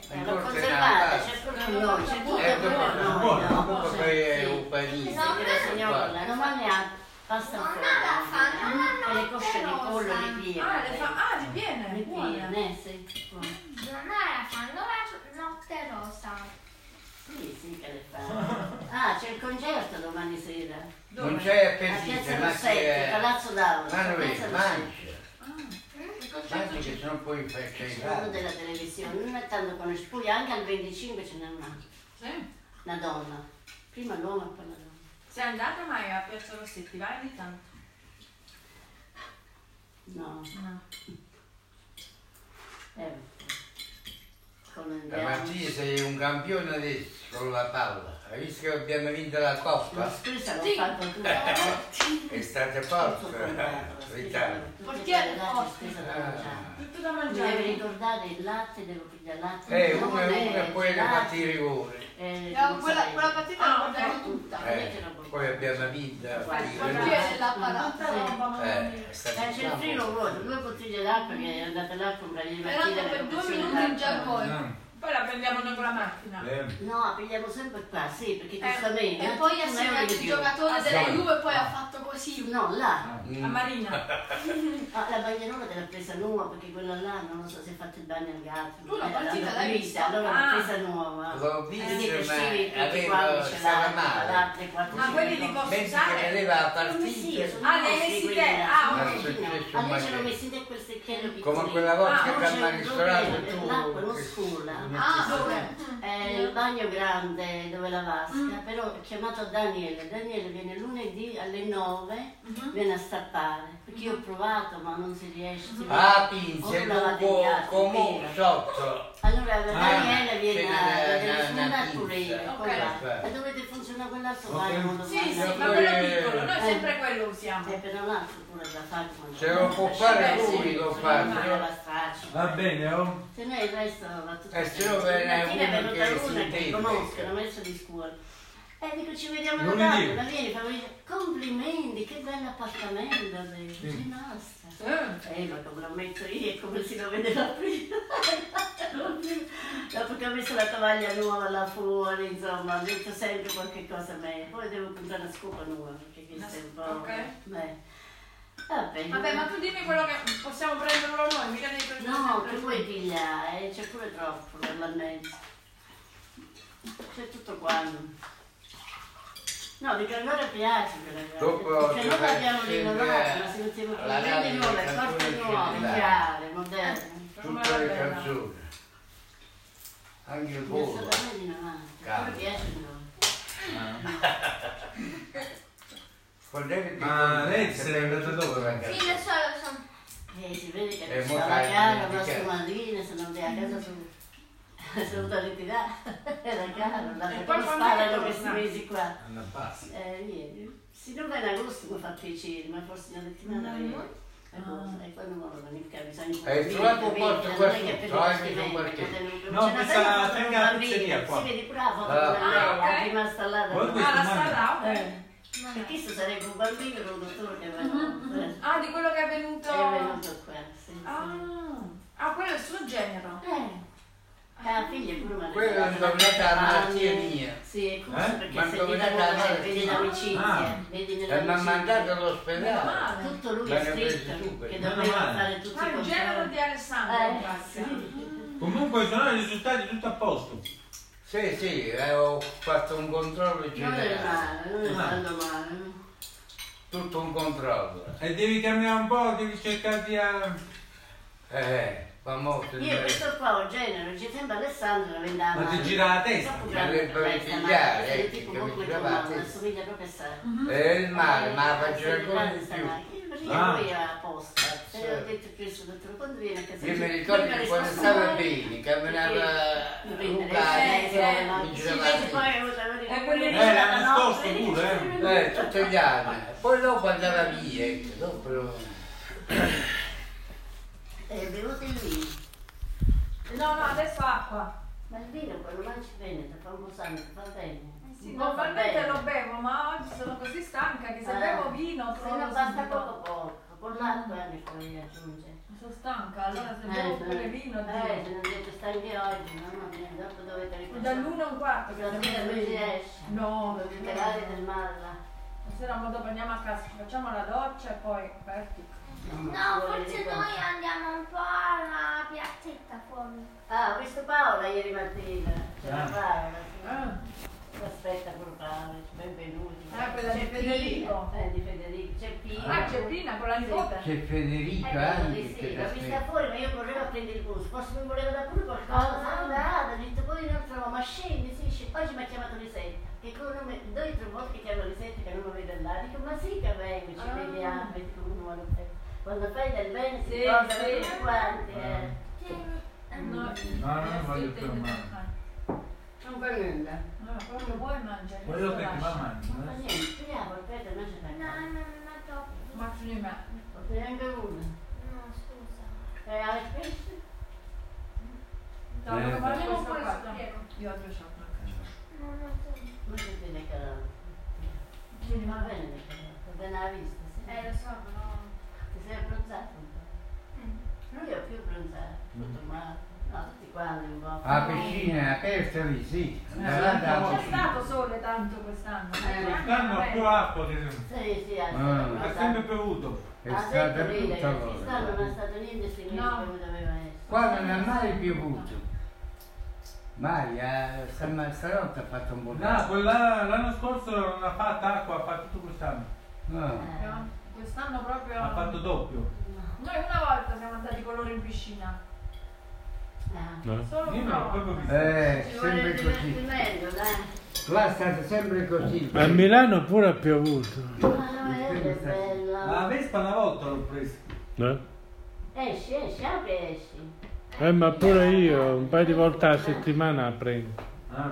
Speaker 1: eh, l'ho conservata, c'è pure con noi, c'è pure
Speaker 2: Eh,
Speaker 1: con
Speaker 2: dopo-
Speaker 1: noi, no?
Speaker 2: dopo poi è un paese.
Speaker 1: Signora, signora, domani ha pasta
Speaker 7: Nonna
Speaker 1: fredda.
Speaker 7: la fa, nonna
Speaker 1: Mm, con le cosce di
Speaker 7: rosa.
Speaker 1: pollo di
Speaker 5: Ah,
Speaker 1: piena.
Speaker 5: le fa... Ah, ti
Speaker 1: Di
Speaker 5: viene.
Speaker 1: piena,
Speaker 5: Buona.
Speaker 1: eh, sì. buona.
Speaker 7: Non la fanno la notte rosa.
Speaker 1: Sì, sì che le fa. Ah, c'è il concerto domani sera.
Speaker 2: Non
Speaker 5: Dove?
Speaker 2: c'è
Speaker 1: A Piazza
Speaker 2: appetito, ma si
Speaker 1: Rossetti,
Speaker 2: è...
Speaker 1: Palazzo d'Aula.
Speaker 2: Ma non
Speaker 1: Piazza
Speaker 2: è,
Speaker 1: Rossetti.
Speaker 2: mangia.
Speaker 7: Mm?
Speaker 8: Che
Speaker 2: Mangia
Speaker 8: concetto
Speaker 2: che sennò poi fai
Speaker 1: C'è uno
Speaker 2: cagare.
Speaker 1: della televisione, non è tanto conosciuto, anche al 25 ce n'è un altro.
Speaker 5: Sì.
Speaker 1: Una donna. Prima l'uomo e poi la donna.
Speaker 5: Sei andata mai a Piazza Rossetti, vai di tanto.
Speaker 1: No,
Speaker 5: No.
Speaker 1: eh. Come
Speaker 2: La
Speaker 1: andiamo?
Speaker 2: Mattia sei un campione adesso con la palla. Hai visto che abbiamo vinto la
Speaker 1: Ma
Speaker 2: coppa?
Speaker 1: scusa, l'ho
Speaker 8: Sì.
Speaker 1: fatto tu. eh?
Speaker 2: È stata forte, l'Italia.
Speaker 1: Portiere forte. Mi
Speaker 5: Tutto da
Speaker 1: devi
Speaker 5: mangiare.
Speaker 1: ricordare il latte, devo pigliare il latte.
Speaker 2: Eh,
Speaker 1: il
Speaker 2: uno
Speaker 1: limone,
Speaker 2: e uno e poi
Speaker 1: il
Speaker 2: le
Speaker 1: latte,
Speaker 2: fatti i rigori.
Speaker 1: eh,
Speaker 8: No, quella,
Speaker 1: mozzarella.
Speaker 8: quella partita la
Speaker 5: Ah,
Speaker 8: guardiamo
Speaker 5: ok.
Speaker 8: tutta.
Speaker 2: Eh, poi abbiamo vinto.
Speaker 8: Perché
Speaker 1: Sì.
Speaker 8: la
Speaker 5: Tutta
Speaker 8: palata.
Speaker 5: roba, mamma mia.
Speaker 2: Eh, è stato
Speaker 1: Eh, c'è il frigo vuoto, due bottiglie d'acqua che andate là a comprare di
Speaker 8: Era
Speaker 1: mattina.
Speaker 8: per
Speaker 1: la
Speaker 8: due
Speaker 1: confezione
Speaker 8: minuti in
Speaker 1: d'acqua.
Speaker 8: giallo.
Speaker 5: Poi la prendiamo noi con la macchina.
Speaker 4: Eh.
Speaker 1: No, pigliamo sempre qua, sì, perché
Speaker 5: Eh,
Speaker 1: giustamente.
Speaker 8: E
Speaker 1: eh,
Speaker 8: poi ha
Speaker 1: un euro
Speaker 8: segnato
Speaker 1: di
Speaker 8: il
Speaker 1: più.
Speaker 8: giocatore della
Speaker 2: Ah, Sì.
Speaker 8: Juve poi ha fatto così.
Speaker 1: No, là.
Speaker 2: Mm.
Speaker 5: A Marina.
Speaker 1: Ah, la bagnarola te l'ha presa nuova perché quella là non lo so se hai fatto il bagno al gatto.
Speaker 8: Tu la
Speaker 1: eh,
Speaker 8: partita
Speaker 1: l'hanno
Speaker 8: l'hai
Speaker 1: presa,
Speaker 8: vista?
Speaker 1: Allora l'ha
Speaker 5: Ah.
Speaker 1: presa nuova.
Speaker 2: L'ho
Speaker 1: Quindi
Speaker 2: visto,
Speaker 1: pescivi
Speaker 2: ma
Speaker 1: tutti
Speaker 2: avevo,
Speaker 1: quanti ce
Speaker 2: stava male.
Speaker 1: l'hanno, quattro,
Speaker 5: Ma Ah, quelli di Corso
Speaker 2: Mentre che
Speaker 5: Sale?
Speaker 2: vedeva la
Speaker 1: Come sì,
Speaker 2: partita,
Speaker 1: sono
Speaker 5: Ah, le
Speaker 1: mossi
Speaker 5: hai messi
Speaker 1: quelli
Speaker 5: te?
Speaker 1: là,
Speaker 5: Ah,
Speaker 1: sono
Speaker 2: ok.
Speaker 1: mossi, no.
Speaker 2: Ma
Speaker 1: Allora ce
Speaker 2: successo un
Speaker 1: l'ho
Speaker 2: macello.
Speaker 1: messi te quel secchiello piccolo.
Speaker 2: come quella volta
Speaker 5: Ah,
Speaker 2: che
Speaker 1: non c'è
Speaker 2: andiamo al
Speaker 1: un
Speaker 2: ristorante
Speaker 1: problema,
Speaker 2: tu...
Speaker 1: l'acqua non scola.
Speaker 8: Ah,
Speaker 2: Metti-
Speaker 8: dove?
Speaker 1: Eh, il bagno grande dove la vasca, però ho chiamato Daniele, Daniele viene lunedì alle 9, viene a stappare, perché io ho provato ma non si riesce. si
Speaker 2: Ah,
Speaker 1: Oh,
Speaker 2: pinze,
Speaker 1: la
Speaker 2: lupo,
Speaker 1: lavagna,
Speaker 2: comune,
Speaker 1: sì.
Speaker 2: sotto.
Speaker 1: Allora la
Speaker 2: Ah,
Speaker 1: Daniele viene
Speaker 2: c'è
Speaker 1: a
Speaker 2: una-
Speaker 1: vedere
Speaker 2: una- una
Speaker 1: suonare
Speaker 2: pizza.
Speaker 1: pure io,
Speaker 2: Ok.
Speaker 1: qua. e dovete funzionare quell'altro bagno, non lo
Speaker 5: Sì, sì,
Speaker 1: fanno.
Speaker 5: ma quello piccolo, noi
Speaker 1: Eh.
Speaker 5: sempre quello usiamo.
Speaker 1: E però l'altro pure da fare come
Speaker 2: Se lo può fare
Speaker 5: Beh, sì,
Speaker 2: lui, lo
Speaker 5: sì,
Speaker 2: fa.
Speaker 5: ma-
Speaker 2: se no-
Speaker 1: la straccia.
Speaker 4: Va bene, oh.
Speaker 1: Se no il resto va tutto
Speaker 2: Eh,
Speaker 1: bene.
Speaker 2: se no ve ne è
Speaker 1: Stamattina è
Speaker 2: uno
Speaker 1: venuta
Speaker 2: che si
Speaker 1: una che
Speaker 2: intende.
Speaker 1: conosco, la maestra di scuola. E dico ci vediamo alla tarde,
Speaker 4: Lunedì.
Speaker 1: va bene, fammi vedere. Complimenti, che bello appartamento, bello. Sì. Rimasta.
Speaker 5: Eh.
Speaker 1: Eh, ma come l'ho messo io è come si lo vedeva prima. Dopo che ho messo la tovaglia nuova là fuori, insomma, metto sempre qualche cosa meglio. Poi devo comprare una scopa nuova, perché questa è un po'...
Speaker 5: Ok.
Speaker 1: Beh. Vabbè,
Speaker 5: Vabbè, ma tu dimmi quello che possiamo prenderlo noi, mica dei progetti.
Speaker 1: No, che vuoi pigliare? Eh, C'è pure troppo nell'annetto. C'è tutto quanto. No, di calore piace per la
Speaker 2: Dopo
Speaker 1: Perché noi abbiamo
Speaker 2: dovrebbe
Speaker 1: rinnovato,
Speaker 2: essere
Speaker 1: la sentiamo più
Speaker 2: alla radio
Speaker 1: grande nuove,
Speaker 2: le
Speaker 1: forti
Speaker 2: canzoni
Speaker 1: nuove,
Speaker 2: scelte.
Speaker 1: chiare, moderne.
Speaker 2: tutte le canzoni. Anche il
Speaker 1: Mi è
Speaker 2: volo.
Speaker 1: stata bene in avanti.
Speaker 2: Cavolo.
Speaker 1: Come piace no?
Speaker 4: Ma lei se n'è andata dove,
Speaker 7: Sì, lo so, lo so.
Speaker 1: Eh, si vede
Speaker 2: E
Speaker 1: che
Speaker 2: mo
Speaker 1: sta la
Speaker 2: fai
Speaker 1: cara,
Speaker 2: il
Speaker 1: la
Speaker 2: weekend.
Speaker 1: scomalina, se non viene a casa su. Sono da ritirare, la cara, la
Speaker 5: E
Speaker 1: come
Speaker 5: poi quando
Speaker 1: sparano
Speaker 5: torna?
Speaker 1: questi mesi qua.
Speaker 4: Alla base.
Speaker 1: Eh, niente. Se non vai ad agosto mi fa piacere, ma forse una settimana viene. Agosto, E poi non vado a mica bisogna
Speaker 2: Hai
Speaker 1: capire,
Speaker 2: trovato
Speaker 1: capire,
Speaker 2: qualche
Speaker 1: non è
Speaker 2: questo?
Speaker 1: che per
Speaker 2: Trovi
Speaker 1: tutti
Speaker 2: su
Speaker 1: vengono,
Speaker 2: qualche?
Speaker 1: perché
Speaker 4: No,
Speaker 1: c'è una
Speaker 4: questa
Speaker 1: bella foto di
Speaker 4: tenga
Speaker 1: un
Speaker 4: la
Speaker 1: bambino,
Speaker 4: pizzeria qua.
Speaker 1: Si vede pure la foto
Speaker 2: Ah,
Speaker 1: della
Speaker 5: ok.
Speaker 1: nonna, rimasta là.
Speaker 4: Poi
Speaker 1: da-
Speaker 4: questo
Speaker 5: Ah, la
Speaker 4: manda.
Speaker 5: sarà, ok.
Speaker 1: Eh, Perché questo sarebbe un bambino con un dottore che va eh,
Speaker 5: Ah, di quello che è venuto.
Speaker 1: è venuto qua. Sì, sì.
Speaker 5: Ah, ah, quello è il suo genero.
Speaker 1: Eh.
Speaker 5: Ah.
Speaker 1: La figlia è pure una Ah, eh.
Speaker 2: Quello è indovinata la malattia mia.
Speaker 1: Sì, è così,
Speaker 4: Eh?
Speaker 1: perché
Speaker 2: Ma
Speaker 1: se gli
Speaker 2: indovinata
Speaker 1: dà
Speaker 2: la malattia.
Speaker 1: vedi l'amicizia,
Speaker 4: Ah.
Speaker 1: vedi
Speaker 2: E mi ha
Speaker 1: nell'amicizia.
Speaker 2: mandato
Speaker 5: Meno
Speaker 2: all'ospedale.
Speaker 5: male.
Speaker 1: Tutto lui
Speaker 2: Ma
Speaker 1: è
Speaker 2: ne presi tu,
Speaker 1: scritto
Speaker 2: perché
Speaker 1: che
Speaker 4: meno
Speaker 1: doveva
Speaker 4: male.
Speaker 1: fare tutti
Speaker 5: Ah,
Speaker 1: i
Speaker 5: il genero
Speaker 1: controlli.
Speaker 5: di Alessandro,
Speaker 1: Eh,
Speaker 5: grazie.
Speaker 1: sì.
Speaker 4: Comunque sono i risultati tutto a posto.
Speaker 2: Sì, sì, eh, ho fatto un controllo
Speaker 1: Non è
Speaker 2: generale.
Speaker 1: male, non è
Speaker 4: Ah.
Speaker 1: tanto male.
Speaker 2: Tutto un controllo.
Speaker 4: E devi cambiare un po', devi cercare di... eh,
Speaker 2: Eh, famoso.
Speaker 1: Io questo qua ho genero, ci sembra Alessandro la vendava.
Speaker 4: Ma ti gira la testa?
Speaker 1: Troppo
Speaker 2: Ma
Speaker 1: grande
Speaker 2: dovrebbe
Speaker 1: per questa, ma
Speaker 2: pigliare,
Speaker 1: è
Speaker 2: eh,
Speaker 1: tipo
Speaker 2: che mi
Speaker 1: comunque
Speaker 2: girava
Speaker 1: come
Speaker 2: la
Speaker 1: una,
Speaker 2: testa.
Speaker 1: assomiglia proprio a Sara.
Speaker 2: E il male, ma la
Speaker 1: Eh,
Speaker 2: faccio ancora
Speaker 1: grande
Speaker 2: di
Speaker 1: sta
Speaker 2: più.
Speaker 1: macchina, perché
Speaker 4: Ah.
Speaker 1: lui era apposta. Se
Speaker 2: Sì.
Speaker 1: io ho detto più su dottore, quando viene a casa
Speaker 2: Io mi
Speaker 1: mia,
Speaker 2: ricordo
Speaker 1: prima
Speaker 2: che
Speaker 1: le
Speaker 2: quando
Speaker 1: sue
Speaker 2: stavo
Speaker 1: sorelle,
Speaker 2: bene, camminava
Speaker 1: Mi Eh,
Speaker 2: Lucani, eh, mi girava
Speaker 1: prende
Speaker 2: la
Speaker 1: E
Speaker 5: quelli
Speaker 4: Eh, l'hanno nascosto pure, eh.
Speaker 2: testa. Eh, tutti gli anni. Poi dopo andava via, ecco, dopo...
Speaker 1: È venuto il vino.
Speaker 5: No, no, adesso acqua.
Speaker 1: Ma il vino quando mangi bene, ti fa un po' sangue, ti fa bene.
Speaker 5: Eh, Sì,
Speaker 1: Non fa
Speaker 5: normalmente
Speaker 1: bene.
Speaker 5: lo bevo, ma oggi sono così stanca che se
Speaker 1: Eh,
Speaker 5: bevo vino
Speaker 1: Se no
Speaker 5: provo
Speaker 1: basta
Speaker 5: subito.
Speaker 1: poco poco, con l'acqua eh, ne puoi aggiungere.
Speaker 5: Sono stanca, allora se bevo pure vino,
Speaker 1: eh,
Speaker 5: Dio.
Speaker 1: se non dovete stare via oggi, mamma mia, dopo dovete riposare.
Speaker 5: dall'1 a un quarto che
Speaker 1: La sera non si esce.
Speaker 5: No,
Speaker 1: Lo
Speaker 5: perché
Speaker 1: liberare del male là.
Speaker 5: la sera mo dopo andiamo a casa, ci facciamo la doccia e poi aperti.
Speaker 7: No, forse noi andiamo un po' alla piazzetta fuori.
Speaker 1: Ah, ho visto Paola ieri mattina. C'era
Speaker 4: Ah.
Speaker 1: Paola.
Speaker 5: Ah.
Speaker 1: Ti Aspetta pure Paola, benvenuti.
Speaker 5: Ah, quella di
Speaker 1: C'è
Speaker 5: Federico.
Speaker 1: Pina, Eh, di Federico. C'è Eh, Pina.
Speaker 5: Ah, c'è Pina con la nipote.
Speaker 2: C'è Federico
Speaker 1: Eh,
Speaker 2: anche
Speaker 1: sì, sì,
Speaker 2: che
Speaker 1: l'ho vista fuori, ma io correvo a prendere il bus, forse mi voleva da pure
Speaker 5: Ah,
Speaker 1: qualcosa, sono andata, ho detto poi non trovo, ma scendi, sì, scendi. oggi mi ha chiamato Lisetta, che con nome, due o tre volte che chiamo Lisetta che non mi vede andare, dico ma sì che vengo, ci
Speaker 5: Ah.
Speaker 1: vediamo, vedi come uno vuole fare. quando fai del bene si
Speaker 5: Sì,
Speaker 1: ricordano
Speaker 5: sì.
Speaker 1: tutti quanti, eh.
Speaker 4: No,
Speaker 5: No,
Speaker 4: no,
Speaker 5: eh,
Speaker 4: Ah, voglio
Speaker 5: sì,
Speaker 4: fermare.
Speaker 1: Non fa nulla,
Speaker 5: No, quello che vuoi mangiare.
Speaker 4: Quello
Speaker 5: questo
Speaker 4: che ti fa
Speaker 5: lascia.
Speaker 1: non fa
Speaker 4: male.
Speaker 1: niente, speriamo, aspetta, non c'è da
Speaker 7: No,
Speaker 1: fare,
Speaker 7: non ho troppo.
Speaker 5: Ma tu di me.
Speaker 1: ho neanche uno,
Speaker 7: No, scusa.
Speaker 1: e alle pesce,
Speaker 5: No,
Speaker 4: Eh,
Speaker 5: ma
Speaker 8: Andiamo
Speaker 5: mangiamo
Speaker 8: un po'
Speaker 5: poi
Speaker 8: in
Speaker 5: questo.
Speaker 8: spiego.
Speaker 5: Io ho due cioccolati.
Speaker 7: Non ho troppo.
Speaker 1: non si vede carolo,
Speaker 5: Quindi
Speaker 1: va
Speaker 5: va bene.
Speaker 1: bene, va bene la vista, sì.
Speaker 8: Eh, lo so, però...
Speaker 1: Ti sei abbronzato
Speaker 8: Mm.
Speaker 1: un po'? Lui è più abbronzato, tutto male. No, tutti quanti un po'.
Speaker 2: La piscina è aperta lì, sì. Davanti alla
Speaker 5: Non c'è
Speaker 2: piscina.
Speaker 5: stato sole tanto quest'anno.
Speaker 1: Eh,
Speaker 4: Quest'anno ha più acqua che...
Speaker 1: Sì, sì, ha
Speaker 2: Ah.
Speaker 4: Ha sempre bevuto.
Speaker 2: È stata tutta
Speaker 1: non è
Speaker 2: volta.
Speaker 1: stato niente se
Speaker 5: No.
Speaker 1: come doveva essere.
Speaker 2: Qua non è mai piovuto. Mai, eh, stam- stanotte ha fatto un
Speaker 4: No,
Speaker 2: bordello.
Speaker 4: quella, l'anno scorso non ha fatto acqua, ha fatto tutto quest'anno.
Speaker 2: No.
Speaker 5: Eh, Quest'anno proprio.
Speaker 4: Ha fatto doppio.
Speaker 5: Noi una volta siamo andati con loro in piscina.
Speaker 1: Eh.
Speaker 3: No?
Speaker 5: Solo
Speaker 4: Io
Speaker 5: una
Speaker 4: non ho proprio
Speaker 5: volta.
Speaker 4: visto.
Speaker 2: Eh,
Speaker 1: Ci vuole
Speaker 2: sempre
Speaker 1: il
Speaker 2: così.
Speaker 1: divertimento, dai.
Speaker 2: Là è stato sempre così.
Speaker 3: A Milano pure ha piovuto.
Speaker 1: Ma no, è
Speaker 2: Che
Speaker 4: La
Speaker 1: bello.
Speaker 4: Vespa una volta l'ho presa.
Speaker 3: Eh?
Speaker 1: Esci, esci, apri, e esci.
Speaker 3: Eh, ma pure io un paio di volte alla settimana la prendo.
Speaker 4: Ah.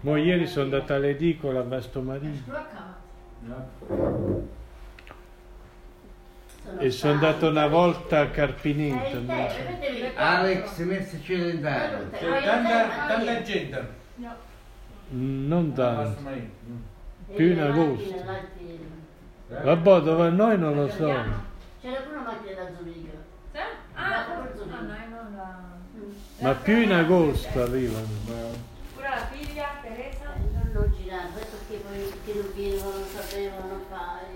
Speaker 3: Mo ieri sono andata all'edicola a Vastomarino
Speaker 5: Lo accava.
Speaker 4: no.
Speaker 3: e sono andato una volta a Carpineto.
Speaker 1: Eh, te,
Speaker 3: invece.
Speaker 1: vedevi?
Speaker 2: Alex, messi
Speaker 1: Eh,
Speaker 2: celentano.
Speaker 4: C'è Cioè, tanta, tanta gente.
Speaker 5: No.
Speaker 3: Mm, Non
Speaker 4: Basta
Speaker 3: tanto.
Speaker 4: mai. Mm.
Speaker 3: più in agosto.
Speaker 4: Eh?
Speaker 3: Vabbè, dove noi non lo so.
Speaker 1: C'era pure una macchina da Zurigo.
Speaker 5: Sì? Ah, no, no, io non la. Eh,
Speaker 3: Ma più in agosto arrivano.
Speaker 5: Pure la figlia, Teresa.
Speaker 1: Eh, Non l'ho girato, questo che poi che non viene, non sapeva, non fa.